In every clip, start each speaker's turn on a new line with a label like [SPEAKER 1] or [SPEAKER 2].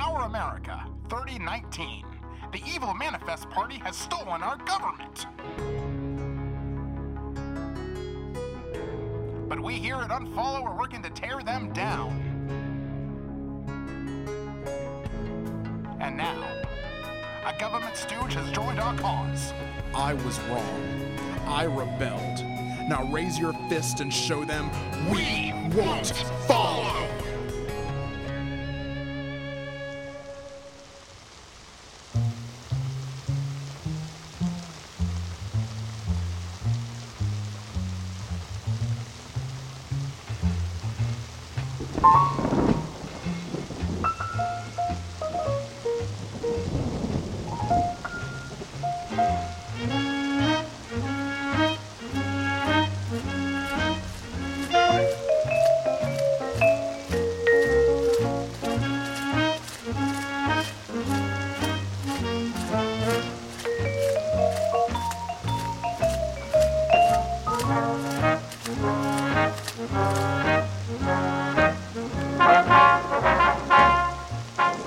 [SPEAKER 1] For America 3019. The evil Manifest Party has stolen our government. But we here at Unfollow are working to tear them down. And now, a government stooge has joined our cause.
[SPEAKER 2] I was wrong. I rebelled. Now raise your fist and show them we won't follow.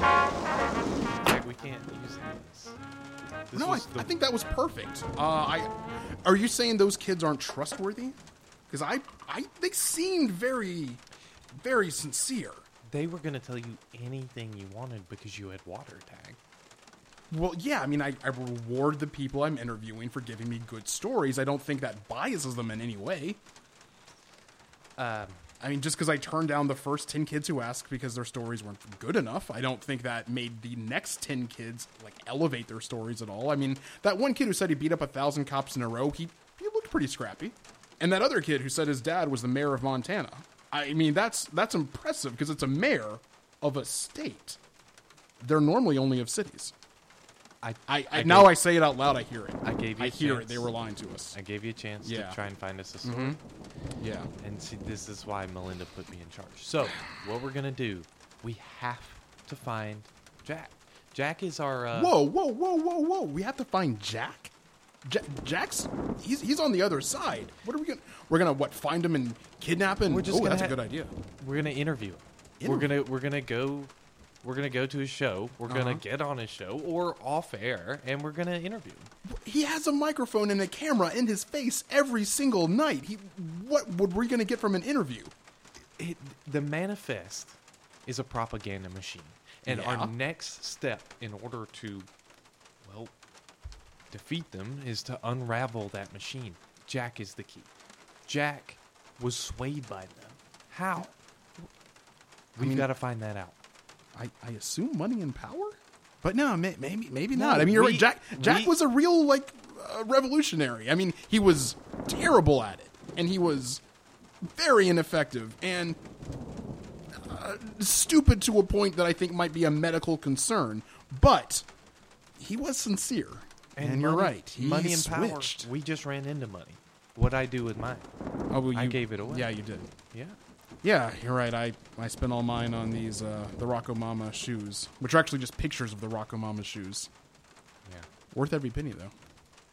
[SPEAKER 3] Greg, we can't use this. This
[SPEAKER 2] No, I,
[SPEAKER 3] was the-
[SPEAKER 2] I think that was perfect. Uh, I are you saying those kids aren't trustworthy? Because I, I they seemed very, very sincere.
[SPEAKER 3] they were going to tell you anything you wanted because you had water tag.
[SPEAKER 2] Well, yeah, I mean, I, I reward the people I'm interviewing for giving me good stories. I don't think that biases them in any way.
[SPEAKER 3] Um,
[SPEAKER 2] I mean, just because I turned down the first 10 kids who asked because their stories weren't good enough, I don't think that made the next 10 kids, like, elevate their stories at all. I mean, that one kid who said he beat up a thousand cops in a row, he, he looked pretty scrappy. And that other kid who said his dad was the mayor of Montana. I mean, that's, that's impressive because it's a mayor of a state. They're normally only of cities.
[SPEAKER 3] I,
[SPEAKER 2] I, I,
[SPEAKER 3] gave-
[SPEAKER 2] now I say it out loud. I hear it.
[SPEAKER 3] I gave you
[SPEAKER 2] I
[SPEAKER 3] a
[SPEAKER 2] hear it.
[SPEAKER 3] chance.
[SPEAKER 2] They were lying to us.
[SPEAKER 3] I gave you a chance
[SPEAKER 2] Yeah. Mm-hmm.
[SPEAKER 3] to try and find us a story.
[SPEAKER 2] yeah.
[SPEAKER 3] And see, this is why Melinda put me in charge. So, what we're going to do, we have to find Jack. Jack is our. Uh,
[SPEAKER 2] Whoa, whoa, whoa, whoa, whoa! We have to find Jack. Ja- Jack's he's he's on the other side. What are we gonna? We're gonna what? Find him and kidnap him.
[SPEAKER 3] We're just
[SPEAKER 2] oh,
[SPEAKER 3] gonna
[SPEAKER 2] that's a
[SPEAKER 3] ha-
[SPEAKER 2] good idea.
[SPEAKER 3] We're gonna interview him. We're
[SPEAKER 2] Interview.
[SPEAKER 3] gonna we're gonna go we're gonna go to his show. We're gonna
[SPEAKER 2] Uh-huh.
[SPEAKER 3] get on his show or off air, and we're gonna interview him.
[SPEAKER 2] He has a microphone and a camera in his face every single night. He what? What were we gonna get from an interview?
[SPEAKER 3] It, the manifest is a propaganda machine, and
[SPEAKER 2] Yeah.
[SPEAKER 3] our next step in order to well defeat them is to unravel that machine. Jack is the key. Jack was swayed by them. How? We've
[SPEAKER 2] mean-
[SPEAKER 3] got to find that out.
[SPEAKER 2] I, I assume money and power, but no, may, maybe maybe not. I mean, you're
[SPEAKER 3] we-
[SPEAKER 2] right. Jack Jack
[SPEAKER 3] we-
[SPEAKER 2] was a real like uh, revolutionary. I mean, he was terrible at it, and he was very ineffective and uh, stupid to a point that I think might be a medical concern. But he was sincere, and, you're
[SPEAKER 3] money-
[SPEAKER 2] right. He
[SPEAKER 3] money and
[SPEAKER 2] switched.
[SPEAKER 3] power. We just ran into money. What I do with mine?
[SPEAKER 2] Oh, well,
[SPEAKER 3] I
[SPEAKER 2] you-
[SPEAKER 3] gave it away.
[SPEAKER 2] Yeah, you did.
[SPEAKER 3] Yeah.
[SPEAKER 2] Yeah, you're right. I, I spent all mine on these uh, the Rocco Mama shoes, which are actually just pictures of the Rocco Mama shoes.
[SPEAKER 3] Yeah.
[SPEAKER 2] Worth every penny, though.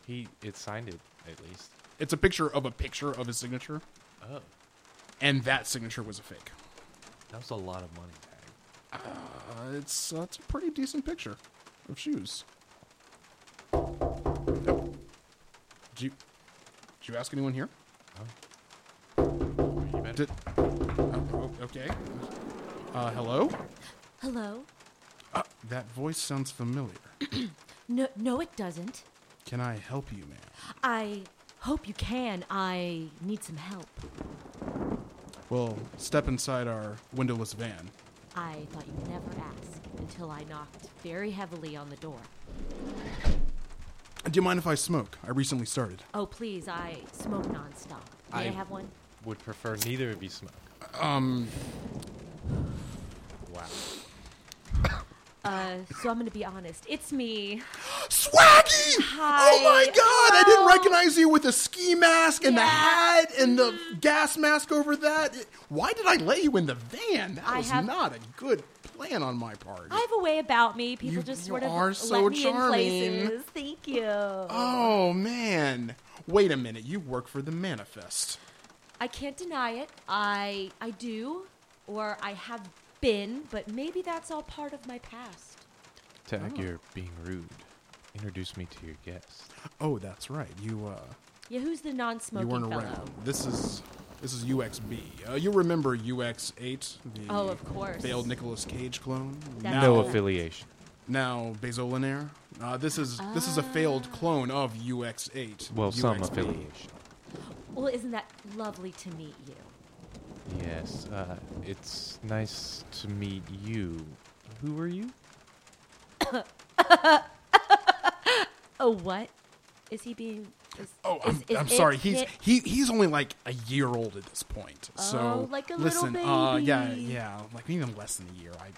[SPEAKER 3] He it signed it at least.
[SPEAKER 2] It's a picture of a picture of his signature,
[SPEAKER 3] Oh,
[SPEAKER 2] and that signature was a fake.
[SPEAKER 3] that was a lot of money. Bag.
[SPEAKER 2] Uh, it's, uh, it's a pretty decent picture of shoes. Oh. Did you, did you ask anyone here?
[SPEAKER 3] You better.
[SPEAKER 2] Did, oh, oh, okay. Uh, hello?
[SPEAKER 4] Hello?
[SPEAKER 2] Uh, that voice sounds familiar.
[SPEAKER 4] No, no, it doesn't.
[SPEAKER 2] Can I help you, ma'am?
[SPEAKER 4] I hope you can. I need some help.
[SPEAKER 2] Well, step inside our windowless van.
[SPEAKER 4] I thought you'd never ask until I knocked very heavily on the door.
[SPEAKER 2] Do you mind if I smoke? I recently started.
[SPEAKER 4] Oh, please, I smoke nonstop. May I,
[SPEAKER 3] I-
[SPEAKER 4] have one?
[SPEAKER 3] Would prefer neither of you smoke. Um. Wow.
[SPEAKER 4] Uh, so I'm gonna be honest. It's me.
[SPEAKER 2] Swaggy! Oh
[SPEAKER 4] Hi.
[SPEAKER 2] my god, I didn't
[SPEAKER 4] Oh.
[SPEAKER 2] recognize you with the ski mask and the
[SPEAKER 4] Yeah.
[SPEAKER 2] hat and the gas mask over that. Why did I let you in the van? That
[SPEAKER 4] I
[SPEAKER 2] was
[SPEAKER 4] have-
[SPEAKER 2] not a good plan on my part.
[SPEAKER 4] I have a way about me. People
[SPEAKER 2] You-
[SPEAKER 4] just
[SPEAKER 2] you
[SPEAKER 4] sort of
[SPEAKER 2] are
[SPEAKER 4] let
[SPEAKER 2] so
[SPEAKER 4] me
[SPEAKER 2] charming.
[SPEAKER 4] in places. Thank you.
[SPEAKER 2] oh man. Wait a minute, you work for the manifest.
[SPEAKER 4] I can't deny it. I I do, or I have been, but maybe that's all part of my past.
[SPEAKER 3] Tag, you're being rude. Introduce me to your guest.
[SPEAKER 2] Oh, that's right. You uh,
[SPEAKER 4] Yeah, who's the
[SPEAKER 2] you
[SPEAKER 4] non-smoking
[SPEAKER 2] weren't
[SPEAKER 4] fellow?
[SPEAKER 2] around. This is this is UXB. Uh, you remember UX8, the
[SPEAKER 4] Oh, of course.
[SPEAKER 2] failed Nicolas Cage clone?
[SPEAKER 4] That's
[SPEAKER 2] Oh.
[SPEAKER 3] No
[SPEAKER 4] correct.
[SPEAKER 3] affiliation.
[SPEAKER 2] now Bazolinaire. Uh, this is this is a failed
[SPEAKER 4] Ah.
[SPEAKER 2] clone of UX8.
[SPEAKER 3] Well, some
[SPEAKER 2] UXB.
[SPEAKER 3] affiliation.
[SPEAKER 4] Well, isn't that lovely to meet you?
[SPEAKER 3] Yes, uh, it's nice to meet you. Who are you?
[SPEAKER 4] Oh, what? Is he being? Is,
[SPEAKER 2] Oh,
[SPEAKER 4] is,
[SPEAKER 2] I'm,
[SPEAKER 4] is
[SPEAKER 2] I'm
[SPEAKER 4] it
[SPEAKER 2] sorry. He's
[SPEAKER 4] hit-
[SPEAKER 2] he, he's only like a year old at this point. so
[SPEAKER 4] Oh, like a little
[SPEAKER 2] listen, uh, yeah,
[SPEAKER 4] baby.
[SPEAKER 2] yeah, like even less than a year. I,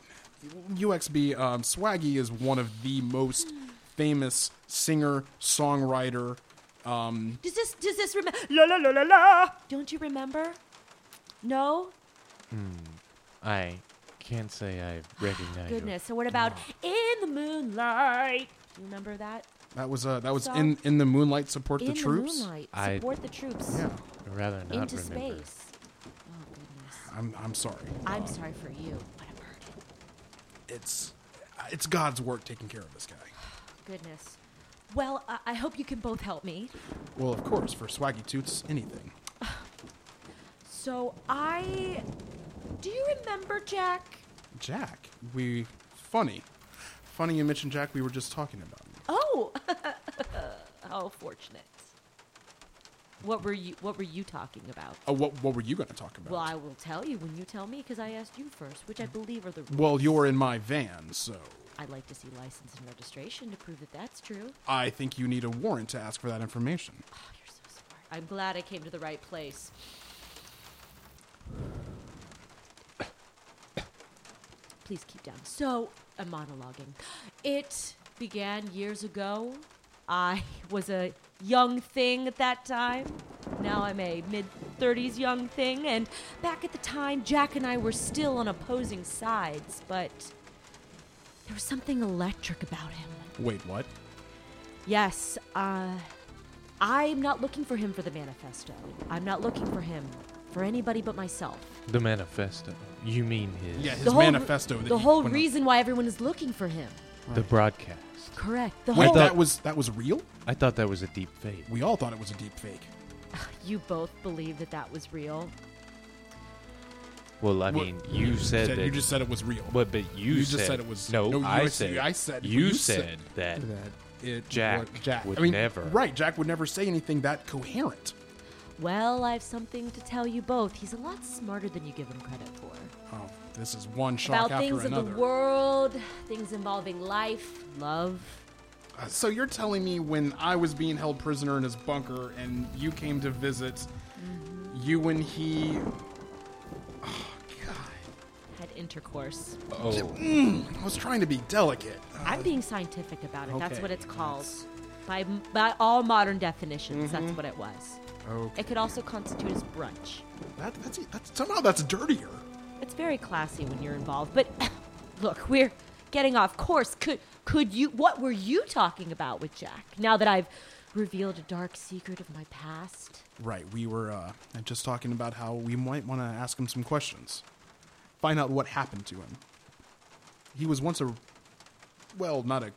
[SPEAKER 2] UXB um, Swaggy is one of the most famous um, singer songwriter.
[SPEAKER 4] Does this does this remember? La la la la la. Don't you remember? No.
[SPEAKER 3] I can't say I recognize your
[SPEAKER 4] Goodness. So what about in the moonlight? Do you remember that?
[SPEAKER 2] That was uh, that was
[SPEAKER 4] So-
[SPEAKER 2] in in the moonlight support
[SPEAKER 4] in
[SPEAKER 2] the troops.
[SPEAKER 4] the moonlight.
[SPEAKER 3] I-
[SPEAKER 4] Support the troops.
[SPEAKER 2] Yeah,
[SPEAKER 3] rather not
[SPEAKER 4] Into
[SPEAKER 3] remember.
[SPEAKER 4] space. Oh goodness.
[SPEAKER 2] I'm I'm sorry.
[SPEAKER 4] I'm
[SPEAKER 2] Uh,
[SPEAKER 4] sorry for you, but I'm hurting.
[SPEAKER 2] It's it's God's work taking care of this guy.
[SPEAKER 4] Goodness. Well, I, I hope you can both help me.
[SPEAKER 2] Well, of course, for Swaggy Toots, anything.
[SPEAKER 4] So I. Do you remember Jack?
[SPEAKER 2] Jack, we funny, funny you mentioned Jack. We were just talking about. him.
[SPEAKER 4] Oh, how fortunate. What were you? What were you talking about?
[SPEAKER 2] Oh, what what were you going to talk about?
[SPEAKER 4] Well, I will tell you when you tell me, because I asked you first, which I believe are the rules.
[SPEAKER 2] Well, you're in my van, so
[SPEAKER 4] I'd like to see license and registration to prove that that's true.
[SPEAKER 2] I think you need a warrant to ask for that information.
[SPEAKER 4] Oh, you're so smart. I'm glad I came to the right place. Please keep down. So, I'm monologuing. It began years ago. I was a young thing at that time. Now I'm a mid 30s young thing, and back at the time, Jack and I were still on opposing sides, but there was something electric about him.
[SPEAKER 2] Wait, what?
[SPEAKER 4] Yes, uh, I'm not looking for him for the manifesto. I'm not looking for him for anybody but myself.
[SPEAKER 3] The manifesto. You mean his?
[SPEAKER 2] Yeah,
[SPEAKER 4] The
[SPEAKER 2] his
[SPEAKER 4] whole re-
[SPEAKER 2] manifesto. that
[SPEAKER 4] the
[SPEAKER 2] he
[SPEAKER 4] whole
[SPEAKER 2] put on-
[SPEAKER 4] reason why everyone is looking for him.
[SPEAKER 3] The broadcast.
[SPEAKER 4] Correct. The
[SPEAKER 2] Wait,
[SPEAKER 4] whole.
[SPEAKER 2] that was that was real.
[SPEAKER 3] I thought that was a deep fake.
[SPEAKER 2] We all thought it was a deep fake.
[SPEAKER 4] you both believe that that was real.
[SPEAKER 3] Well, I
[SPEAKER 2] What-
[SPEAKER 3] mean, you said that.
[SPEAKER 2] you just said it was real.
[SPEAKER 3] But but you,
[SPEAKER 2] You just said it was-
[SPEAKER 3] no.
[SPEAKER 2] no, you- I
[SPEAKER 3] I
[SPEAKER 2] said-
[SPEAKER 3] said
[SPEAKER 2] I said-
[SPEAKER 3] you,
[SPEAKER 2] you
[SPEAKER 3] said,
[SPEAKER 2] said
[SPEAKER 3] that.
[SPEAKER 2] that it
[SPEAKER 3] Jack
[SPEAKER 2] was- Jack
[SPEAKER 3] would
[SPEAKER 2] I mean,
[SPEAKER 3] never.
[SPEAKER 2] Right, Jack would never say anything that coherent.
[SPEAKER 4] Well, I have something to tell you both. He's a lot smarter than you give him credit for.
[SPEAKER 2] Oh, this is one shock
[SPEAKER 4] About
[SPEAKER 2] after
[SPEAKER 4] things
[SPEAKER 2] another.
[SPEAKER 4] of the world, things involving life, love.
[SPEAKER 2] Uh, So you're telling me when I was being held prisoner in his bunker and you came to visit,
[SPEAKER 4] Mm-hmm.
[SPEAKER 2] you and he. Oh, God.
[SPEAKER 4] Had intercourse.
[SPEAKER 3] Oh,
[SPEAKER 2] I was trying to be delicate.
[SPEAKER 4] I'm being scientific about it. That's
[SPEAKER 2] Uh, okay,
[SPEAKER 4] what it's called.
[SPEAKER 2] that's-
[SPEAKER 4] By, by all modern definitions, that's
[SPEAKER 2] Mm-hmm.
[SPEAKER 4] what it was.
[SPEAKER 2] Okay.
[SPEAKER 4] It could also constitute as brunch.
[SPEAKER 2] That, that's, that's somehow that's dirtier.
[SPEAKER 4] It's very classy when you're involved, but look, we're getting off course. Could could you what were you talking about with Jack? Now that I've revealed a dark secret of my past?
[SPEAKER 2] Right. We were uh, just talking about how we might want to ask him some questions, find out what happened to him. He was once a, well, not a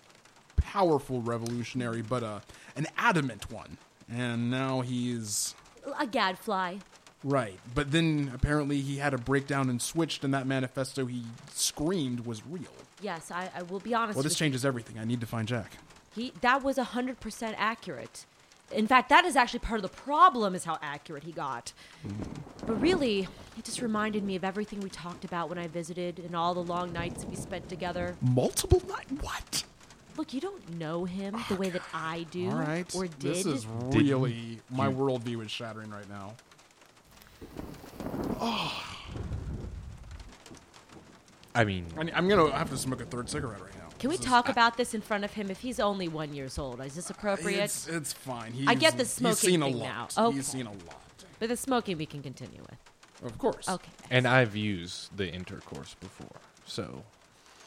[SPEAKER 2] powerful revolutionary, but a, an adamant one, and now he's
[SPEAKER 4] A gadfly.
[SPEAKER 2] Right, but then apparently he had a breakdown and switched, and that manifesto he screamed was real.
[SPEAKER 4] Yes, I, I will be honest
[SPEAKER 2] Well, this
[SPEAKER 4] with you.
[SPEAKER 2] changes everything. I need to find Jack.
[SPEAKER 4] He that was hundred percent accurate. In fact, that is actually part of the problem is how accurate he got.
[SPEAKER 2] Mm.
[SPEAKER 4] But really, it just reminded me of everything we talked about when I visited and all the long nights we spent together.
[SPEAKER 2] Multiple night? What?
[SPEAKER 4] Look, you don't know him the way that I do
[SPEAKER 2] All right.
[SPEAKER 4] or did.
[SPEAKER 2] This is really my worldview is shattering right now.
[SPEAKER 3] I mean,
[SPEAKER 2] I mean, I'm gonna have to smoke a third cigarette right now.
[SPEAKER 4] Can we
[SPEAKER 2] This is-
[SPEAKER 4] talk about this in front of him if he's only one years old? Is this appropriate?
[SPEAKER 2] It's, it's fine. He's,
[SPEAKER 4] I get the
[SPEAKER 2] he's seen
[SPEAKER 4] smoking
[SPEAKER 2] a
[SPEAKER 4] thing
[SPEAKER 2] lot.
[SPEAKER 4] now.
[SPEAKER 2] He's
[SPEAKER 4] Okay.
[SPEAKER 2] seen a lot.
[SPEAKER 4] but the smoking we can continue with.
[SPEAKER 2] Of course.
[SPEAKER 4] Okay.
[SPEAKER 3] and I've used the intercourse before, so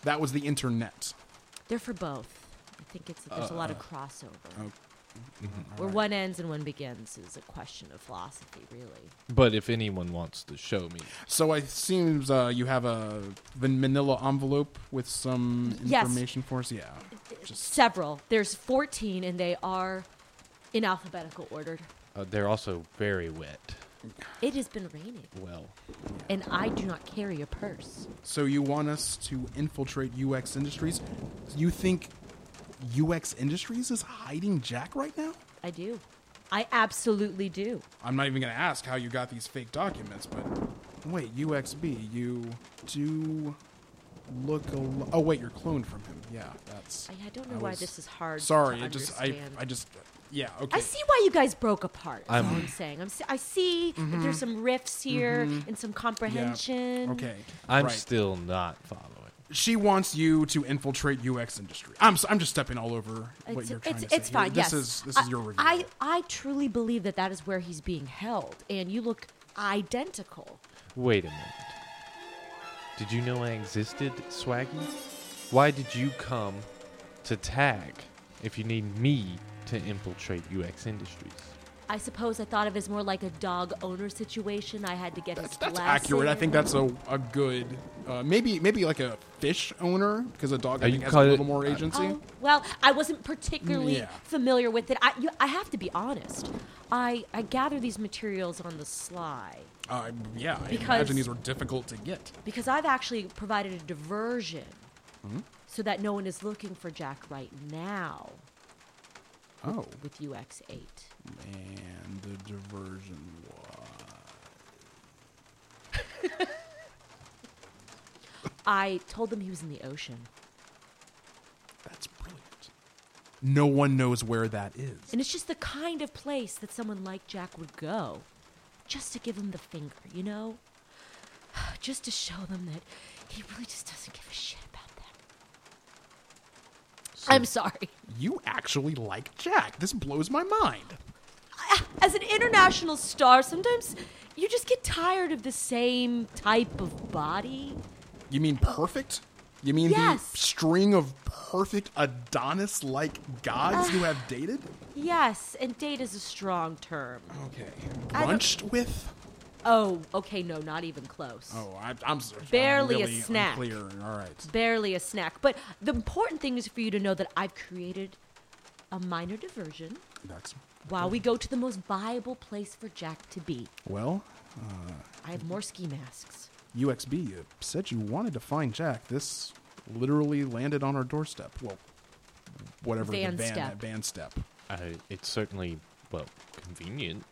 [SPEAKER 2] That was the internet. Uh,
[SPEAKER 4] They're for both. I think it's there's a lot of crossover. Where one ends and one begins is a question of philosophy, really.
[SPEAKER 3] But if anyone wants to show me,
[SPEAKER 2] So it seems uh, you have a van- manila envelope with some
[SPEAKER 4] Yes.
[SPEAKER 2] information for us. Yeah. Just
[SPEAKER 4] Several. There's 14, and they are in alphabetical order.
[SPEAKER 3] uh, they're also very wet.
[SPEAKER 4] It has been raining,
[SPEAKER 3] Well,
[SPEAKER 4] and I do not carry a purse.
[SPEAKER 2] so you want us to infiltrate UX Industries? You think UX Industries is hiding Jack right now?
[SPEAKER 4] I do. I absolutely do.
[SPEAKER 2] I'm not even going to ask how you got these fake documents, but wait, UXB, you do look a lo- Oh wait, you're cloned from him. Yeah, that's
[SPEAKER 4] I, I don't know why
[SPEAKER 2] was-
[SPEAKER 4] this is hard.
[SPEAKER 2] Sorry,
[SPEAKER 4] to
[SPEAKER 2] it just I
[SPEAKER 4] understand.
[SPEAKER 2] I just yeah, okay.
[SPEAKER 4] I see why you guys broke apart. That's all
[SPEAKER 3] I'm-
[SPEAKER 4] I'm saying. I'm, si see that there's some rifts here and
[SPEAKER 2] Mm-hmm.
[SPEAKER 4] some
[SPEAKER 2] Yeah.
[SPEAKER 4] comprehension.
[SPEAKER 2] Okay.
[SPEAKER 3] I'm
[SPEAKER 2] right.
[SPEAKER 3] still not following.
[SPEAKER 2] she wants you to infiltrate UX industry. I'm s- I'm just stepping all over what
[SPEAKER 4] It's,
[SPEAKER 2] you're trying
[SPEAKER 4] it's,
[SPEAKER 2] to say.
[SPEAKER 4] it's
[SPEAKER 2] here.
[SPEAKER 4] fine.
[SPEAKER 2] This
[SPEAKER 4] yes.
[SPEAKER 2] is this is
[SPEAKER 4] I-
[SPEAKER 2] your review.
[SPEAKER 4] I, I truly believe that that is where he's being held, and you look identical.
[SPEAKER 3] Wait a minute. Did you know I existed, Swaggy? Why did you come to tag if you need me to infiltrate UX Industries?
[SPEAKER 4] I suppose I thought of it as more like a dog owner situation. I had to get
[SPEAKER 2] that's
[SPEAKER 4] his
[SPEAKER 2] that's
[SPEAKER 4] blessing.
[SPEAKER 2] accurate. I think that's a, a good uh, maybe maybe like a fish owner because a dog
[SPEAKER 3] Are
[SPEAKER 2] I
[SPEAKER 3] you
[SPEAKER 2] think has a
[SPEAKER 3] call it-
[SPEAKER 2] little more agency.
[SPEAKER 4] Oh, well, I wasn't particularly
[SPEAKER 2] Yeah.
[SPEAKER 4] familiar with it. I, you, I have to be honest. I, I gather these materials on the sly
[SPEAKER 2] Uh, yeah, I
[SPEAKER 4] Because-
[SPEAKER 2] imagine these were difficult to get.
[SPEAKER 4] because I've actually provided a diversion so that no one is looking for Jack right now
[SPEAKER 2] Oh,
[SPEAKER 4] with UX8.
[SPEAKER 2] and the diversion was
[SPEAKER 4] I told them he was in the ocean.
[SPEAKER 2] that's brilliant. No one knows where that is.
[SPEAKER 4] And it's just the kind of place that someone like Jack would go just to give him the finger, you know? Just to show them that he really just doesn't give a shit about them. I'm sorry.
[SPEAKER 2] You actually like Jack. This blows my mind.
[SPEAKER 4] As an international star, sometimes you just get tired of the same type of body.
[SPEAKER 2] You mean perfect? You mean
[SPEAKER 4] Yes.
[SPEAKER 2] the string of perfect Adonis like gods you have dated?
[SPEAKER 4] Yes, and date is a strong term.
[SPEAKER 2] Okay.
[SPEAKER 4] I don't-
[SPEAKER 2] Brunched with?
[SPEAKER 4] Oh, okay, no, not even close.
[SPEAKER 2] Oh, I, I'm s- I'm
[SPEAKER 4] Barely a
[SPEAKER 2] really
[SPEAKER 4] snack.
[SPEAKER 2] Unclear. All right.
[SPEAKER 4] barely a snack. But the important thing is for you to know that I've created a minor diversion
[SPEAKER 2] That's
[SPEAKER 4] while we go to the most viable place for Jack to be.
[SPEAKER 2] well.
[SPEAKER 4] I have more ski masks.
[SPEAKER 2] UXB, you said you wanted to find Jack. This literally landed on our doorstep. Well, whatever
[SPEAKER 4] Van
[SPEAKER 2] the van
[SPEAKER 4] step.
[SPEAKER 2] that van step.
[SPEAKER 3] Uh, it's certainly, well, convenient.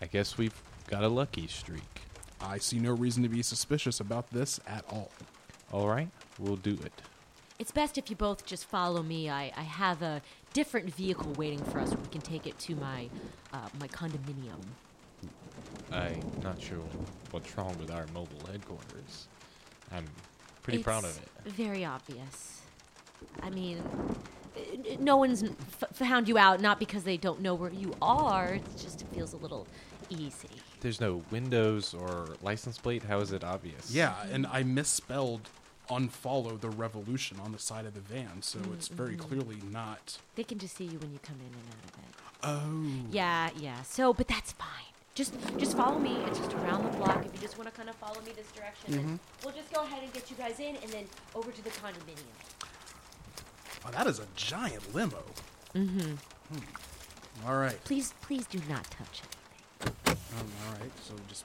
[SPEAKER 3] I guess we've got a lucky streak.
[SPEAKER 2] I see no reason to be suspicious about this at all.
[SPEAKER 3] All right, we'll do it.
[SPEAKER 4] It's best if you both just follow me. I, I have a different vehicle waiting for us. We can take it to my uh, my condominium.
[SPEAKER 3] I'm not sure what's wrong with our mobile headquarters. I'm pretty proud of
[SPEAKER 4] It's
[SPEAKER 3] it.
[SPEAKER 4] Very obvious. I mean, n- n- no one's f- found you out not because they don't know where you are. It's just it feels a little easy.
[SPEAKER 3] There's no windows or license plate. How is it obvious?
[SPEAKER 2] Yeah, and I misspelled unfollow the revolution on the side of the van, so it's very
[SPEAKER 4] Mm-hmm.
[SPEAKER 2] clearly not.
[SPEAKER 4] They can just see you when you come in and out of
[SPEAKER 3] Hmm.
[SPEAKER 4] it.
[SPEAKER 2] Oh.
[SPEAKER 4] Yeah, yeah. So, but that's fine. Just, just follow me. It's just around the block. If you just want to kind of follow me this direction,
[SPEAKER 3] Mm-hmm.
[SPEAKER 4] and we'll just go ahead and get you guys in, and then over to the condominium.
[SPEAKER 2] Wow, oh, that is a giant limo. Mm-hmm. All right.
[SPEAKER 4] Please, please do not touch anything.
[SPEAKER 2] Um, all right. So just.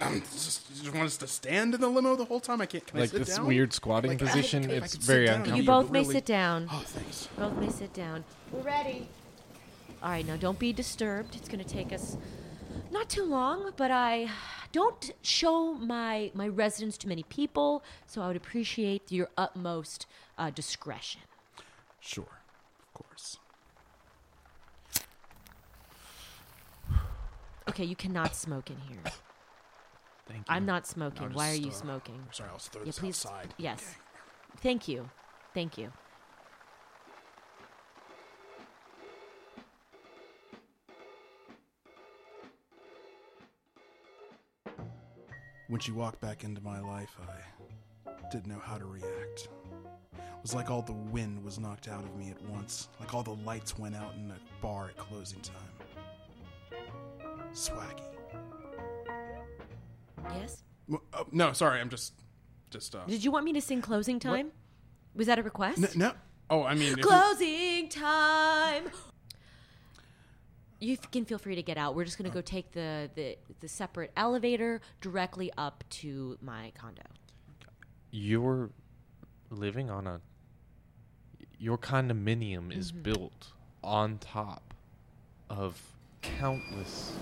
[SPEAKER 2] Um, just, you just want us to stand in the limo the whole time? I can't. Can I
[SPEAKER 3] like
[SPEAKER 2] sit
[SPEAKER 3] this
[SPEAKER 2] down?
[SPEAKER 3] weird squatting
[SPEAKER 2] Like, I-
[SPEAKER 3] position.
[SPEAKER 2] if I
[SPEAKER 3] it's
[SPEAKER 2] could sit
[SPEAKER 3] very
[SPEAKER 2] down, I'd
[SPEAKER 4] You
[SPEAKER 2] be
[SPEAKER 3] uncomfortable.
[SPEAKER 4] both may
[SPEAKER 2] really-
[SPEAKER 4] sit down.
[SPEAKER 2] Oh, thanks.
[SPEAKER 4] Both may sit down. We're ready. All right, now don't be disturbed. It's going to take us not too long, but I don't show my my residence to many people, so I would appreciate your utmost uh, discretion.
[SPEAKER 2] Sure, of course.
[SPEAKER 4] Okay, you cannot smoke in here.
[SPEAKER 3] Thank you.
[SPEAKER 4] I'm not smoking.
[SPEAKER 2] I'll
[SPEAKER 4] Why are
[SPEAKER 2] just,
[SPEAKER 4] you
[SPEAKER 2] uh,
[SPEAKER 4] smoking?
[SPEAKER 2] Sorry, I'll just throw
[SPEAKER 4] Yeah,
[SPEAKER 2] this
[SPEAKER 4] please.
[SPEAKER 2] outside.
[SPEAKER 4] Yes. Thank you. Thank you.
[SPEAKER 2] When she walked back into my life, I didn't know how to react. was like all the wind was knocked out of me at once, like all the lights went out in a bar at closing time. Swaggy.
[SPEAKER 4] Yes?
[SPEAKER 2] M- oh, no, sorry, I'm just, just uh.
[SPEAKER 4] Did you want me to sing closing time? Was that a request?
[SPEAKER 2] n- no, oh, I mean, if you-
[SPEAKER 4] Closing time. You f- can feel free to get out. We're just gonna
[SPEAKER 2] Uh.
[SPEAKER 4] go take the, the the separate elevator directly up to my condo.
[SPEAKER 3] You're living on a. Your condominium is built on top of countless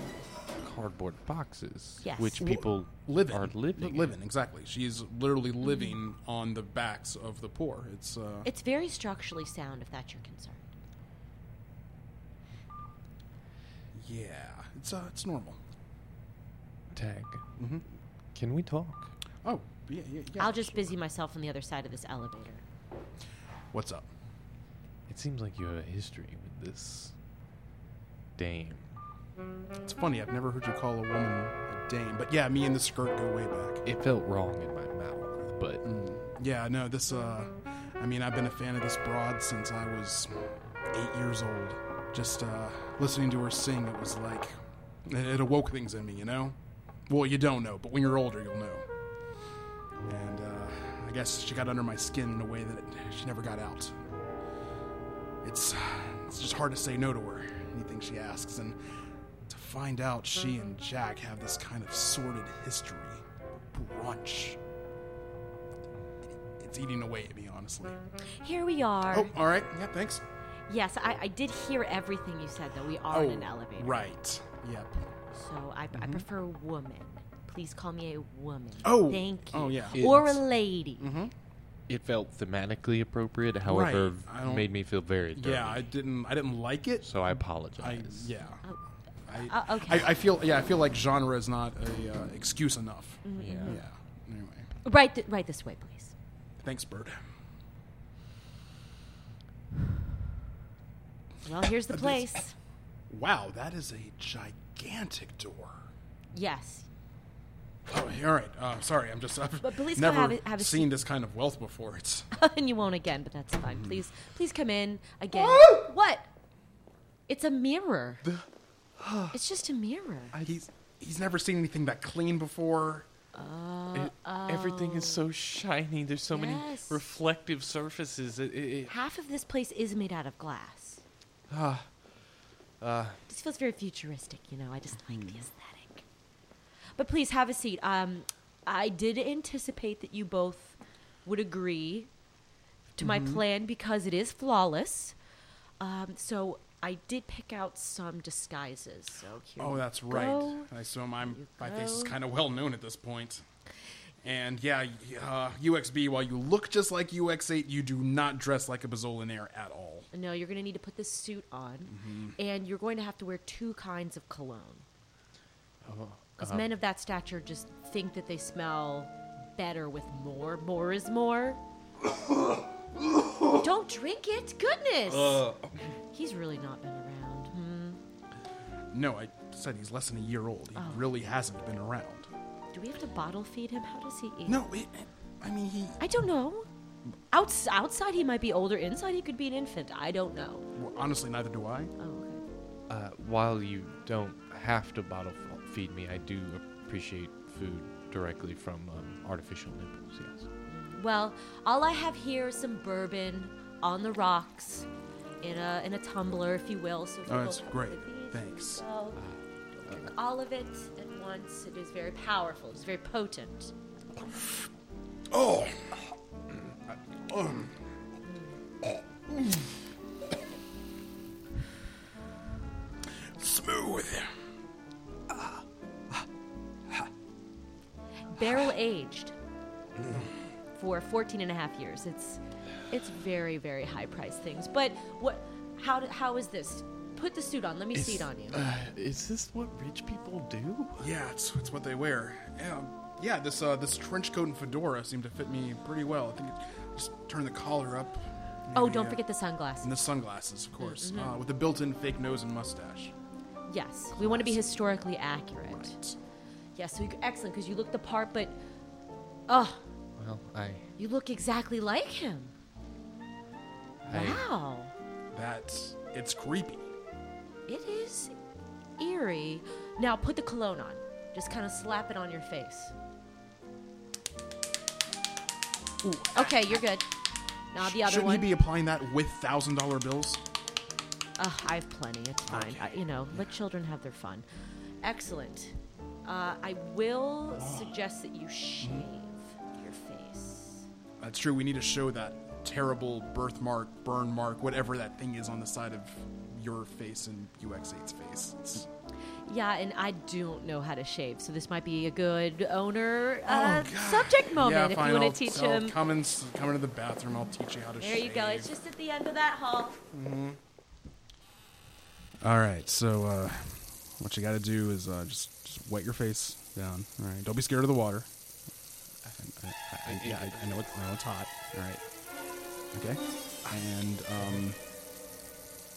[SPEAKER 3] cardboard boxes,
[SPEAKER 4] Yes.
[SPEAKER 3] which people
[SPEAKER 2] living
[SPEAKER 3] are living.
[SPEAKER 2] living exactly. She's literally
[SPEAKER 4] Mm-hmm.
[SPEAKER 2] living on the backs of the poor. It's uh.
[SPEAKER 4] It's very structurally sound, if that's your concern.
[SPEAKER 2] Yeah, it's uh, it's normal.
[SPEAKER 3] Tag.
[SPEAKER 2] Mm-hmm.
[SPEAKER 3] Can we talk?
[SPEAKER 2] Oh, yeah, yeah, yeah.
[SPEAKER 4] I'll just busy myself on the other side of this elevator.
[SPEAKER 2] What's up?
[SPEAKER 3] It seems like you have a history with this dame.
[SPEAKER 2] It's funny. I've never heard you call a woman a dame, but yeah, me and the skirt go way back.
[SPEAKER 3] It felt wrong in my mouth, but
[SPEAKER 2] Mm. Yeah, no, this. uh I mean, I've been a fan of this broad since I was eight years old. Just uh listening to her sing, it was like it, it awoke things in me. You know? Well, you don't know, but when you're older, you'll know. And uh, I guess she got under my skin in a way that it, she never got out. It's it's just hard to say no to her, anything she asks, and to find out she and Jack have this kind of sordid history, brunch. It's eating away at me, honestly.
[SPEAKER 4] Here we are.
[SPEAKER 2] Oh, all right. Yeah, thanks.
[SPEAKER 4] Yes, I, I did hear everything you said, though. We are
[SPEAKER 2] oh,
[SPEAKER 4] in an elevator.
[SPEAKER 2] right. Yep.
[SPEAKER 4] So I, I prefer woman. Please call me a woman.
[SPEAKER 2] Oh.
[SPEAKER 4] Thank you.
[SPEAKER 2] Oh, yeah. Mm-hmm.
[SPEAKER 4] Or a
[SPEAKER 3] It's-
[SPEAKER 4] lady.
[SPEAKER 3] it felt thematically appropriate. However,
[SPEAKER 2] Right, I don't-
[SPEAKER 3] made me feel very dirty.
[SPEAKER 2] Yeah, I didn't. I didn't like it.
[SPEAKER 3] so I
[SPEAKER 2] I
[SPEAKER 3] apologize.
[SPEAKER 2] yeah.
[SPEAKER 4] Oh,
[SPEAKER 2] I,
[SPEAKER 4] uh, okay.
[SPEAKER 2] I, I feel yeah. I feel like genre is not a uh, excuse enough.
[SPEAKER 3] yeah.
[SPEAKER 4] Mm-hmm.
[SPEAKER 2] Yeah. Anyway,
[SPEAKER 4] right, th- right this way, please.
[SPEAKER 2] thanks, Bird.
[SPEAKER 4] Well, here's the place.
[SPEAKER 2] Wow, that is a gigantic door.
[SPEAKER 4] Yes.
[SPEAKER 2] Oh, all right. Uh, sorry, I'm just. I've
[SPEAKER 4] But please go
[SPEAKER 2] never
[SPEAKER 4] have a- have a
[SPEAKER 2] seen this kind of wealth before. It's
[SPEAKER 4] and you won't again, but that's fine. Please, please come in again. what? It's a mirror. it's just a mirror.
[SPEAKER 2] he's he's never seen anything that clean before.
[SPEAKER 3] It- Everything is so shiny. There's so many
[SPEAKER 4] Yes.
[SPEAKER 3] reflective surfaces. It, it, it-
[SPEAKER 4] Half of this place is made out of glass. Ah. this feels very futuristic, you know. I just like the aesthetic. But please have a seat. Um, I did anticipate that you both would agree to my plan because it is flawless. Um, so I did pick out some disguises. So here
[SPEAKER 2] Oh,
[SPEAKER 4] you
[SPEAKER 2] that's right.
[SPEAKER 4] go.
[SPEAKER 2] I assume I'm. My face is
[SPEAKER 4] go.
[SPEAKER 2] kind of well known at this point. And yeah, uh, UXB. While you look just like UX8, you do not dress like a Bazolinaire at all.
[SPEAKER 4] No, you're going to need to put this suit on, and you're going to have to wear two kinds of cologne. Because men of that stature just think that they smell better with more. More is more. Don't drink it. Goodness. He's really not been around. Hmm.
[SPEAKER 2] No, I said he's less than a year old.
[SPEAKER 4] Oh.
[SPEAKER 2] He really hasn't been around.
[SPEAKER 4] Do we have to bottle feed him? How does he eat?
[SPEAKER 2] No, it, I mean he.
[SPEAKER 4] I don't know. Outs- outside, he might be older. Inside, he could be an infant. I don't know.
[SPEAKER 2] well, honestly, neither do I.
[SPEAKER 4] Oh, okay.
[SPEAKER 3] uh, while you don't have to bottle f- feed me, I do appreciate food directly from um, artificial nipples. Yes.
[SPEAKER 4] Well, all I have here is some bourbon on the rocks, in a in a tumbler, if you will. So if you
[SPEAKER 2] Oh,
[SPEAKER 4] both
[SPEAKER 2] that's
[SPEAKER 4] have
[SPEAKER 2] great.
[SPEAKER 4] one of these, there you
[SPEAKER 2] Thanks.
[SPEAKER 4] go. Drink all of it at once. It is very powerful. It's very potent.
[SPEAKER 2] Oh, smooth.
[SPEAKER 4] Barrel aged for 14 and a half years. It's it's very very high priced things. But what? How do- how is this? Put the suit on. Let me see it on you.
[SPEAKER 2] uh,
[SPEAKER 3] Uh, is this what rich people do?
[SPEAKER 2] Yeah, it's, it's what they wear. Yeah, yeah this uh, this trench coat and fedora seem to fit me pretty well. I think it, just turn the collar up.
[SPEAKER 4] oh,
[SPEAKER 2] maybe,
[SPEAKER 4] don't
[SPEAKER 2] uh,
[SPEAKER 4] forget the sunglasses.
[SPEAKER 2] And the sunglasses, of course,
[SPEAKER 4] Mm-hmm.
[SPEAKER 2] uh, with the built-in fake nose and mustache.
[SPEAKER 4] Yes, we want to be historically accurate. Yes, so you, excellent because you look the part, but oh,
[SPEAKER 3] Well, I
[SPEAKER 4] you look exactly like him.
[SPEAKER 3] Hey.
[SPEAKER 4] Wow.
[SPEAKER 2] That's it's creepy.
[SPEAKER 4] It is eerie. Now put the cologne on. Just kind of slap it on your face. Okay, you're good. Now the other
[SPEAKER 2] Shouldn't
[SPEAKER 4] one.
[SPEAKER 2] he be applying that with thousand dollar bills?
[SPEAKER 4] Ugh, I have plenty. It's fine. I, you know, let children have their fun. Excellent. Uh, I will suggest that you shave your face.
[SPEAKER 2] That's true. We need to show that terrible birthmark, burn mark, whatever that thing is on the side of your face and UX8's face. It's-
[SPEAKER 4] Yeah, and I don't know how to shave, so this might be a good owner uh,
[SPEAKER 2] Oh, God.
[SPEAKER 4] subject moment
[SPEAKER 2] yeah, fine,
[SPEAKER 4] if you
[SPEAKER 2] I'll,
[SPEAKER 4] want to teach
[SPEAKER 2] I'll
[SPEAKER 4] him.
[SPEAKER 2] Come, in, s- come into the bathroom. I'll teach you how to
[SPEAKER 4] There you go. It's
[SPEAKER 2] shave.
[SPEAKER 4] just at the end of that hall.
[SPEAKER 2] All right. So uh, what you got to do is uh, just just wet your face down. All right. Don't be scared of the water. I, I, I, yeah, I, I know it, I know it's hot. All right. Okay. And um,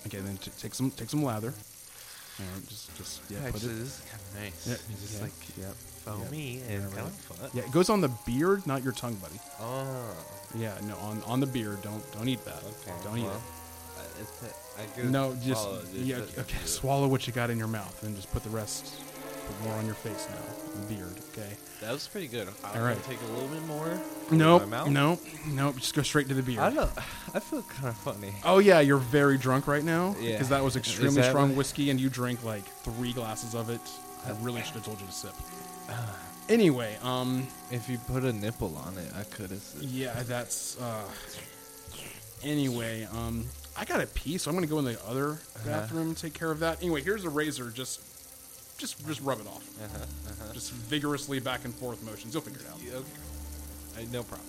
[SPEAKER 2] okay, then t- take some take some lather. And just just yeah,
[SPEAKER 3] Yeah,
[SPEAKER 2] put
[SPEAKER 3] actually,
[SPEAKER 2] it.
[SPEAKER 3] this is kind of nice.
[SPEAKER 2] Yeah,
[SPEAKER 3] It's just
[SPEAKER 2] yeah,
[SPEAKER 3] like
[SPEAKER 2] yeah,
[SPEAKER 3] foamy
[SPEAKER 2] yeah,
[SPEAKER 3] and
[SPEAKER 2] yeah,
[SPEAKER 3] kind
[SPEAKER 2] right.
[SPEAKER 3] of fun.
[SPEAKER 2] Yeah, it goes on the beard, not your tongue, buddy.
[SPEAKER 3] Oh,
[SPEAKER 2] Yeah, no, on on the beard. Don't don't eat that.
[SPEAKER 3] okay.
[SPEAKER 2] Don't eat
[SPEAKER 3] well,
[SPEAKER 2] it.
[SPEAKER 3] uh, it's- I could
[SPEAKER 2] No, just
[SPEAKER 3] follow this,
[SPEAKER 2] yeah.
[SPEAKER 3] but-
[SPEAKER 2] Okay, swallow what you got in your mouth, and just put the rest, put more on your face now, the beard. Okay.
[SPEAKER 3] That was pretty good. I'm
[SPEAKER 2] Alright.
[SPEAKER 3] gonna take a little bit more.
[SPEAKER 2] Nope,
[SPEAKER 3] With my mouth.
[SPEAKER 2] nope, nope. Just go straight to the beard.
[SPEAKER 3] I don't. I feel kind of funny.
[SPEAKER 2] Oh yeah, you're very drunk right now
[SPEAKER 3] Yeah.
[SPEAKER 2] because that was
[SPEAKER 3] Is
[SPEAKER 2] extremely
[SPEAKER 3] that
[SPEAKER 2] strong
[SPEAKER 3] what-
[SPEAKER 2] whiskey, and you drank like three glasses of it. I really
[SPEAKER 3] Uh,
[SPEAKER 2] should have told you to sip. Anyway, um,
[SPEAKER 3] If you put a nipple on it, I could have.
[SPEAKER 2] yeah, that's. Uh, anyway, um, I got to pee, so I'm gonna go in the other bathroom and take care of that. Anyway, here's a razor. Just, just, just rub it off. Just vigorously back and forth motions. You'll figure it out.
[SPEAKER 3] Okay. Uh, no problem.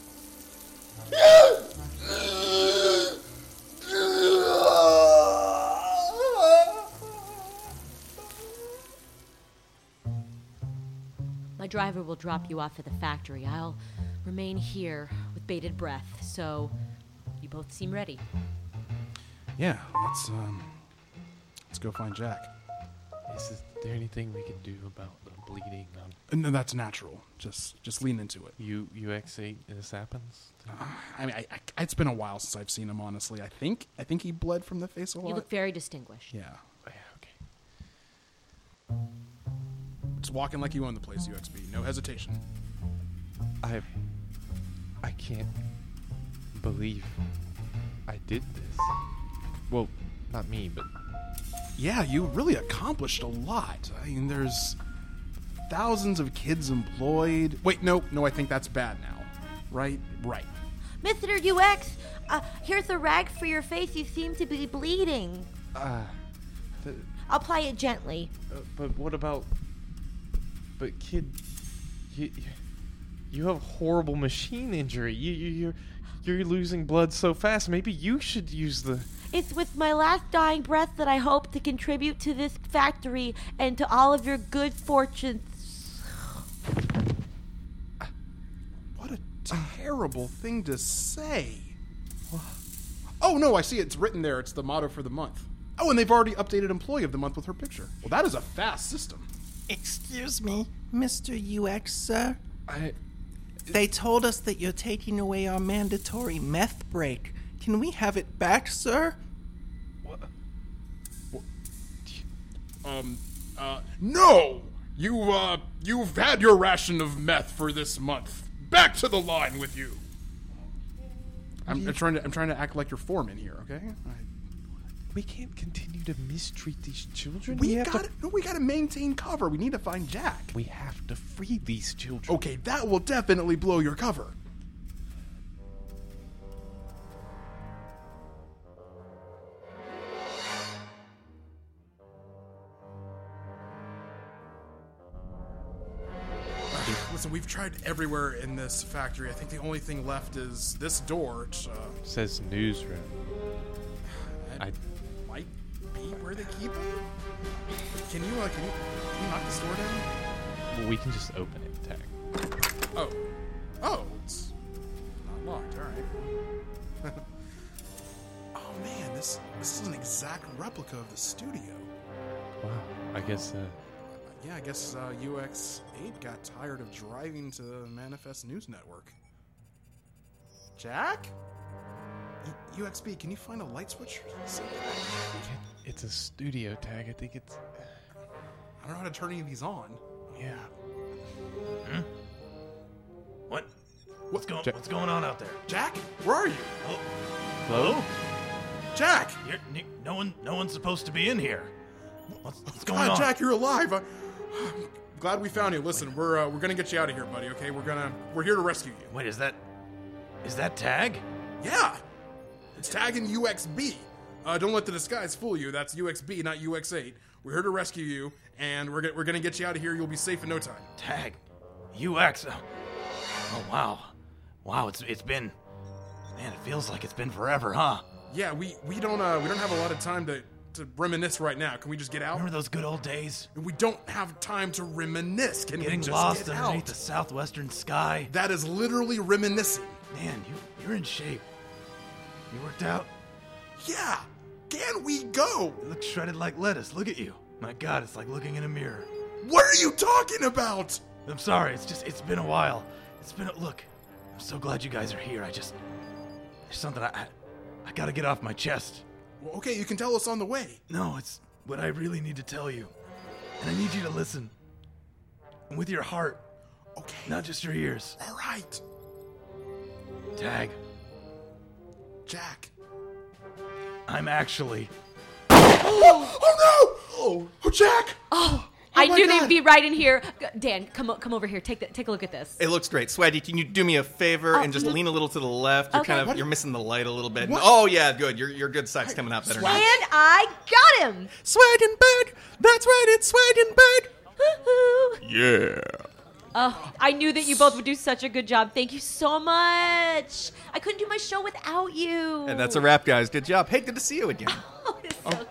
[SPEAKER 4] My driver will drop you off at the factory. I'll remain here with bated breath, so you both seem ready.
[SPEAKER 2] Yeah, let's um, let's go find Jack.
[SPEAKER 3] Is there anything we can do about the bleeding on
[SPEAKER 2] And then that's natural. Just, just lean into it.
[SPEAKER 3] U UX8? This happens.
[SPEAKER 2] I mean, I, I, it's been a while since I've seen him. Honestly, I think I think he bled from the face a lot.
[SPEAKER 4] You look very distinguished.
[SPEAKER 2] yeah,
[SPEAKER 3] Oh, Yeah, okay.
[SPEAKER 2] just walking like you own the place, UXB. No hesitation.
[SPEAKER 3] I I can't believe I did this. Well, not me, but
[SPEAKER 2] Yeah, you really accomplished a lot. I mean, there's thousands of kids employed. Wait, no, no, I think that's bad now. Right, right.
[SPEAKER 5] Mr. UX, uh, here's a rag for your face. You seem to be bleeding.
[SPEAKER 3] th-
[SPEAKER 5] Apply it gently.
[SPEAKER 3] uh, but what about but kid you you have horrible machine injury. You you you're you're losing blood so fast. Maybe you should use the
[SPEAKER 5] It's with my last dying breath that I hope to contribute to this factory and to all of your good fortunes.
[SPEAKER 2] What a terrible thing to say. Oh no, I see it's written there. It's the motto for the month. Oh, and they've already updated employee of the month with her picture. Well, that is a fast system.
[SPEAKER 6] Excuse me, Mr. UX, sir.
[SPEAKER 3] I
[SPEAKER 6] They told us that you're taking away our mandatory meth break. Can we have it back, sir?
[SPEAKER 2] Um, uh, no! You, uh, you've had your ration of meth for this month. Back to the line with you. I'm, I'm trying to. I'm trying to act like you're foreman here. Okay.
[SPEAKER 3] we can't continue to mistreat these children.
[SPEAKER 2] We
[SPEAKER 3] have
[SPEAKER 2] got.
[SPEAKER 3] to,
[SPEAKER 2] to No, we got to maintain cover. We need to find Jack.
[SPEAKER 3] we have to free these children.
[SPEAKER 2] Okay, that will definitely blow your cover. Listen, we've tried everywhere in this factory. I think the only thing left is this door, which uh,
[SPEAKER 3] Says newsroom. I
[SPEAKER 2] might be where they keep it. Can you, uh, can you, can you knock this door down?
[SPEAKER 3] well, we can just open it, Tag.
[SPEAKER 2] Oh, oh, it's not locked. All right. oh man, this this is an exact replica of the studio.
[SPEAKER 3] Wow. I guess uh,
[SPEAKER 2] Yeah, I guess uh, UX Eight got tired of driving to the Manifest News Network. Jack, Y-
[SPEAKER 7] UXB, can you find a light switch? or something?
[SPEAKER 3] It's a studio tag. I think it's.
[SPEAKER 7] I don't know how to turn any of these on.
[SPEAKER 3] Yeah.
[SPEAKER 8] What? What's going?
[SPEAKER 3] Jack-
[SPEAKER 8] What's going on out there?
[SPEAKER 7] Jack, where are you?
[SPEAKER 8] Oh, hello?
[SPEAKER 7] Jack!
[SPEAKER 8] You're, you- no one, no one's supposed to be in here. What's, what's going
[SPEAKER 2] God,
[SPEAKER 8] on?
[SPEAKER 2] Jack, you're alive. I-
[SPEAKER 7] Glad we found you. Listen, we're uh, we're gonna get you out of here, buddy. Okay, we're gonna we're here to rescue you.
[SPEAKER 8] Wait, is that, is that tag?
[SPEAKER 2] yeah, it's tagging UXB. Uh, don't let the disguise fool you. That's UXB, not UX8. We're here to rescue you, and we're get, we're gonna get you out of here. You'll be safe in no time.
[SPEAKER 8] Tag, UX. Oh, oh wow, wow. It's it's been, man. It feels like it's been forever, huh?
[SPEAKER 2] Yeah, we we don't uh we don't have a lot of time to to reminisce right now. Can we just get out?
[SPEAKER 8] Remember those good old days?
[SPEAKER 2] We don't have time to reminisce. Can we
[SPEAKER 8] Getting
[SPEAKER 2] just
[SPEAKER 8] lost
[SPEAKER 2] get
[SPEAKER 8] underneath
[SPEAKER 2] out?
[SPEAKER 8] the southwestern sky.
[SPEAKER 2] That is literally reminiscing.
[SPEAKER 8] Man, you you're in shape. You worked out.
[SPEAKER 2] Yeah. Can we go?
[SPEAKER 8] You look shredded like lettuce. Look at you. My God, it's like looking in a mirror.
[SPEAKER 2] What are you talking about?
[SPEAKER 8] I'm sorry. It's just it's been a while. It's been a look. I'm so glad you guys are here. I just there's something I I, I gotta get off my chest.
[SPEAKER 2] Well, okay, you can tell us on the way.
[SPEAKER 8] No, it's what I really need to tell you, and I need you to listen And with your heart,
[SPEAKER 2] Okay.
[SPEAKER 8] not just your ears.
[SPEAKER 2] All right.
[SPEAKER 8] Tag.
[SPEAKER 2] Jack.
[SPEAKER 8] I'm actually
[SPEAKER 2] Oh, oh no! Oh, Jack!
[SPEAKER 4] I
[SPEAKER 2] my
[SPEAKER 4] knew
[SPEAKER 2] God.
[SPEAKER 4] they'd be right in here. G- Dan, come o- come over here. Take the, take a look at this.
[SPEAKER 9] It looks great. Sweaty, can you do me a favor
[SPEAKER 4] Oh,
[SPEAKER 9] and just
[SPEAKER 4] mhm.
[SPEAKER 9] lean a little to the left? You're
[SPEAKER 4] Okay.
[SPEAKER 9] kind of
[SPEAKER 4] What?
[SPEAKER 9] you're missing the light a little bit.
[SPEAKER 2] What?
[SPEAKER 9] Oh yeah, good. Your your good side's coming out better now.
[SPEAKER 4] And I got him.
[SPEAKER 9] Swagenberg! That's right, it's Swagenberg!
[SPEAKER 4] Woohoo.
[SPEAKER 9] Yeah.
[SPEAKER 4] Oh, I knew that you both would do such a good job. Thank you so much. I couldn't do my show without you.
[SPEAKER 9] And that's a wrap, guys. Good job. Hey, good to see you again.
[SPEAKER 4] Oh, it's so good.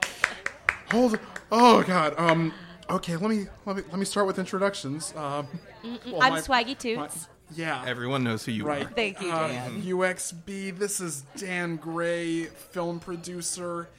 [SPEAKER 2] Hold Oh god. Um okay, let me let me let me start with introductions. Um well,
[SPEAKER 4] I'm
[SPEAKER 2] my-
[SPEAKER 4] Swaggy
[SPEAKER 2] my-
[SPEAKER 4] Toots.
[SPEAKER 2] yeah.
[SPEAKER 9] Everyone knows who you
[SPEAKER 2] Right.
[SPEAKER 9] are.
[SPEAKER 4] Thank you,
[SPEAKER 2] Uh,
[SPEAKER 4] Dan.
[SPEAKER 2] UXB, this is Dan Gray, film producer,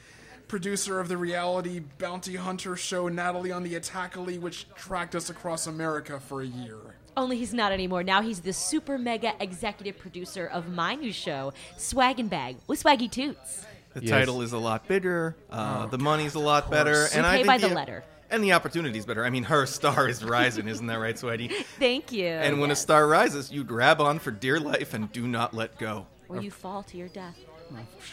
[SPEAKER 2] producer of the reality bounty hunter show Natalie on the Attackally, which tracked us across America for a year.
[SPEAKER 4] Only he's not anymore. Now he's the super mega executive producer of my new show, Swag and Bag with Swaggy Toots.
[SPEAKER 9] The
[SPEAKER 3] Yes.
[SPEAKER 9] title is a lot bigger. Uh,
[SPEAKER 4] Oh,
[SPEAKER 9] the money's a lot better, and I
[SPEAKER 4] pay
[SPEAKER 9] think
[SPEAKER 4] by the letter.
[SPEAKER 9] and the opportunity's better. I mean, her star is rising, isn't that right, Sweaty?
[SPEAKER 4] Thank you.
[SPEAKER 9] And when a
[SPEAKER 4] Yes.
[SPEAKER 9] star rises, you grab on for dear life and do not let go.
[SPEAKER 4] or you fall to your death.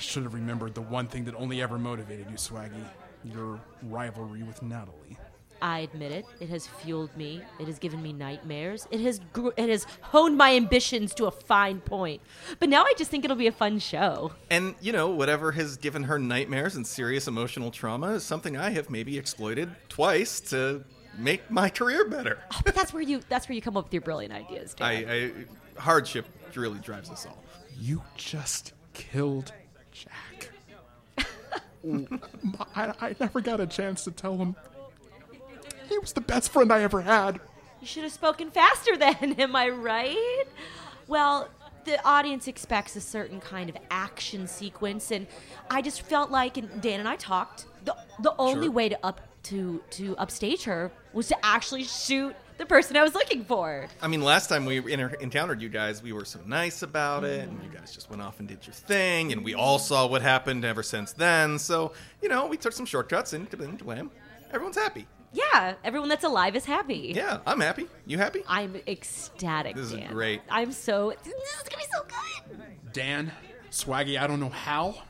[SPEAKER 2] Should have remembered the one thing that only ever motivated you, Swaggy your rivalry with Natalie.
[SPEAKER 4] I admit it. It has fueled me. It has given me nightmares. It has gr- it has honed my ambitions to a fine point. But now I just think it'll be a fun show.
[SPEAKER 9] And you know, whatever has given her nightmares and serious emotional trauma is something I have maybe exploited twice to make my career better.
[SPEAKER 4] But that's where you that's where you come up with your brilliant ideas. Dan.
[SPEAKER 9] I, I hardship really drives us all.
[SPEAKER 2] You just killed Jack. I, I never got a chance to tell him. He was the best friend I ever had.
[SPEAKER 4] You should have spoken faster then, am I right? Well, the audience expects a certain kind of action sequence, and I just felt like, and Dan and I talked, the, the only way to up to to upstage her was to actually shoot the person I was looking for.
[SPEAKER 9] I mean, last time we inter- encountered you guys, we were so nice about it, and you guys just went off and did your thing, and we all saw what happened ever since then. So, you know, we took some shortcuts, and blam, blam, everyone's happy.
[SPEAKER 4] Yeah, everyone that's alive is happy.
[SPEAKER 9] Yeah, I'm happy. You happy?
[SPEAKER 4] I'm ecstatic.
[SPEAKER 9] This is
[SPEAKER 4] Dan.
[SPEAKER 9] great.
[SPEAKER 4] I'm so. This is gonna be so good.
[SPEAKER 2] Dan, Swaggy, I don't know how,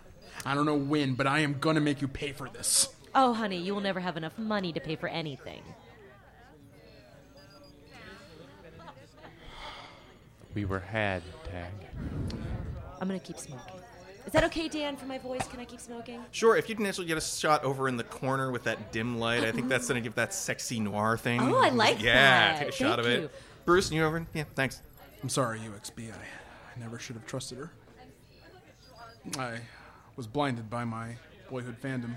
[SPEAKER 2] I don't know when, but I am gonna make you pay for this.
[SPEAKER 4] Oh, honey, you will never have enough money to pay for anything.
[SPEAKER 3] We were had tag.
[SPEAKER 4] I'm gonna keep smoking. Is that okay, Dan? For my voice, can I keep smoking?
[SPEAKER 9] Sure, if you can actually get a shot over in the corner with that dim light, I think that's going to give that sexy noir thing.
[SPEAKER 4] Oh, I like
[SPEAKER 9] yeah,
[SPEAKER 4] that.
[SPEAKER 9] take a shot
[SPEAKER 4] Thank
[SPEAKER 9] of it.
[SPEAKER 4] you.
[SPEAKER 9] Bruce, you over? Yeah, thanks.
[SPEAKER 2] I'm sorry, UXB. I, I never should have trusted her. I was blinded by my boyhood fandom.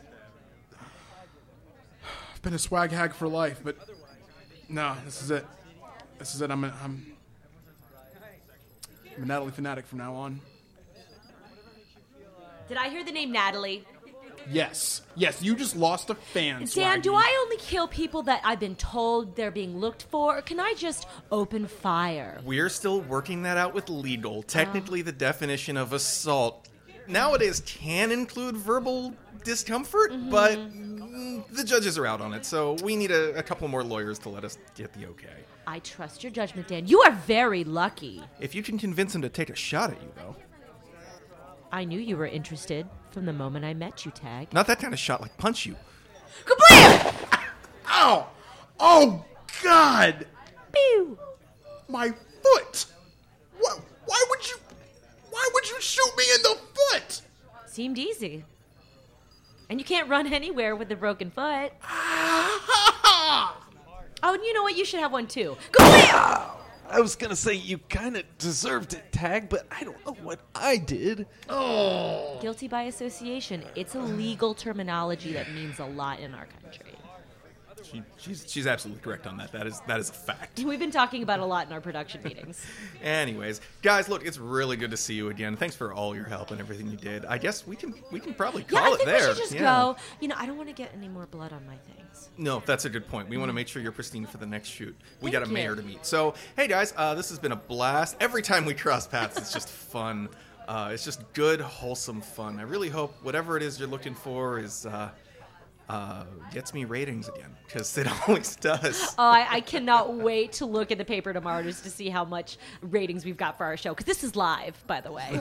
[SPEAKER 2] I've been a swag hag for life, but no, this is it. This is it. I'm a, I'm, I'm a Natalie fanatic from now on.
[SPEAKER 4] Did I hear the name Natalie?
[SPEAKER 2] Yes, yes. You just lost a fan.
[SPEAKER 4] Dan, do
[SPEAKER 2] Swaggy.
[SPEAKER 4] I only kill people that I've been told they're being looked for, or can I just open fire? Oh.
[SPEAKER 9] We're still working that out with legal. Technically, the definition of assault nowadays can include verbal discomfort,
[SPEAKER 4] Mm-hmm.
[SPEAKER 9] but mm, the judges are out on it, so we need a, a couple more lawyers to let us get the okay.
[SPEAKER 4] I trust your judgment, Dan. You are very lucky.
[SPEAKER 9] If you can convince him to take a shot at you, though,
[SPEAKER 4] I knew you were interested from the moment I met you, Tag.
[SPEAKER 9] not that kind of shot like punch you.
[SPEAKER 4] Kablam!
[SPEAKER 2] Ow! Oh God!
[SPEAKER 4] Pew!
[SPEAKER 2] My foot! Why, why would you? Why would you shoot me in the foot?
[SPEAKER 4] Seemed easy. And you can't run anywhere with a broken foot. oh, and you know what? You should have one too. Kablam!
[SPEAKER 3] I was gonna say you kind of deserved it, Tag, but I don't know what I did.
[SPEAKER 4] Guilty by association. It's a legal terminology that means a lot in our country.
[SPEAKER 9] She, she's she's absolutely correct on that. That is that is a fact.
[SPEAKER 4] We've been talking about a lot in our production meetings.
[SPEAKER 9] Anyways, guys, look, it's really good to see you again. Thanks for all your help and everything you did. I guess we can we can probably
[SPEAKER 4] yeah,
[SPEAKER 9] call
[SPEAKER 4] I
[SPEAKER 9] it
[SPEAKER 4] think
[SPEAKER 9] Oh, there.
[SPEAKER 4] we should just
[SPEAKER 9] Yeah.
[SPEAKER 4] go. You know, I don't want to get any more blood on my things.
[SPEAKER 9] No, that's a good point. We want to make sure you're pristine for the next shoot. We got a
[SPEAKER 4] Thank you.
[SPEAKER 9] mayor to meet. So, hey guys, uh, this has been a blast. Every time we cross paths, it's just fun. Uh, it's just good, wholesome fun. I really hope whatever it is you're looking for is uh, uh, gets me ratings again because it always does.
[SPEAKER 4] Oh, I, I cannot wait to look at the paper tomorrow just to see how much ratings we've got for our show. Because this is live, by the way.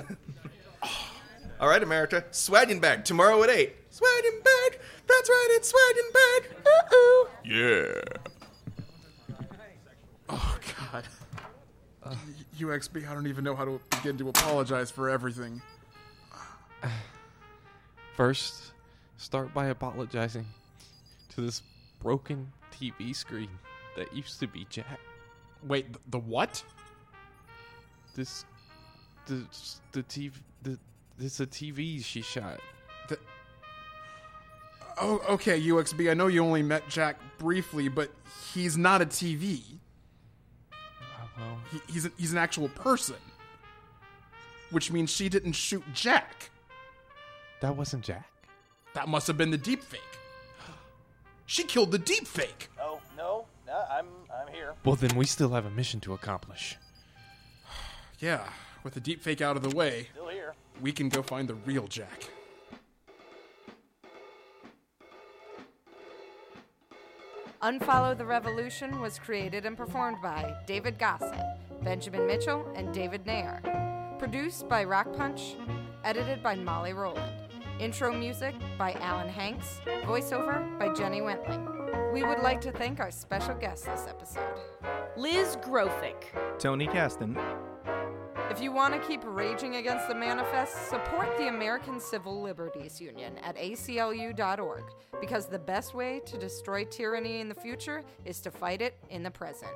[SPEAKER 9] All right, America, swaggin' bag tomorrow at eight. Swaggin' bag. That's right, it's swaggin' bag.
[SPEAKER 4] Ooh, ooh.
[SPEAKER 7] Oh God. UXB, I don't even know how to begin to apologize for everything.
[SPEAKER 3] First, start by apologizing to this broken TV screen that used to be Jack.
[SPEAKER 2] Wait, th- the what?
[SPEAKER 3] This, the the TV, the this a TV she shot.
[SPEAKER 2] Oh, okay, UXB. I know you only met Jack briefly, but he's not a TV.
[SPEAKER 3] Well,
[SPEAKER 2] He, he's a, he's an actual person, which means she didn't shoot Jack.
[SPEAKER 3] that wasn't Jack.
[SPEAKER 2] That must have been the deep fake. She killed the deep fake.
[SPEAKER 10] Oh no, no, I'm I'm here.
[SPEAKER 3] Well, then we still have a mission to accomplish.
[SPEAKER 2] Yeah, with the deep fake out of the way,
[SPEAKER 10] Still here.
[SPEAKER 2] we can go find the real Jack.
[SPEAKER 11] Unfollow the Revolution was created and performed by David Gossett, Benjamin Mitchell, and David Nair. Produced by Rock Punch, edited by Molly Rowland. Intro music by Alan Hanks, voiceover by Jenny Wentling. We would like to thank our special guest this episode.
[SPEAKER 4] Liz Grofick.
[SPEAKER 9] Tony Caston.
[SPEAKER 11] If you want to keep raging against the manifest, support the American Civil Liberties Union at aclu.org because the best way to destroy tyranny in the future is to fight it in the present.